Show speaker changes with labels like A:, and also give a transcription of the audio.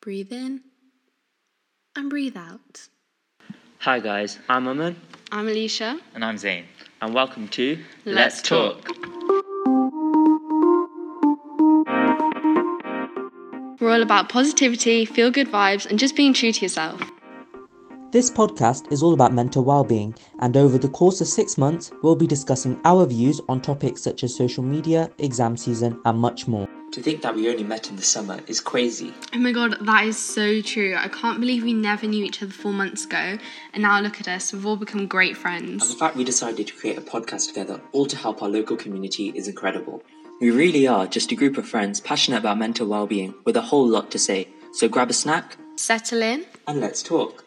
A: Breathe in and breathe out.
B: Hi guys, I'm Aman
A: I'm Alicia.
C: And I'm Zane.
B: and welcome to
A: Let's Talk. We're all about positivity, feel good vibes, and just being true to yourself.
D: This podcast is all about mental well-being, and over the course of six months, we'll be discussing our views on topics such as social media, exam season, and much more.
E: To think that we only met in the summer is crazy.
A: Oh my god, that is so true. I can't believe we never knew each other four months ago, and now look at us, we've all become great
E: And the
A: friends.
E: fact we decided to create a podcast together, all to help our local community, is incredible. We really are just a group of friends passionate about mental well being with a whole lot to say. So grab a snack
A: Settle in.
E: and let's talk.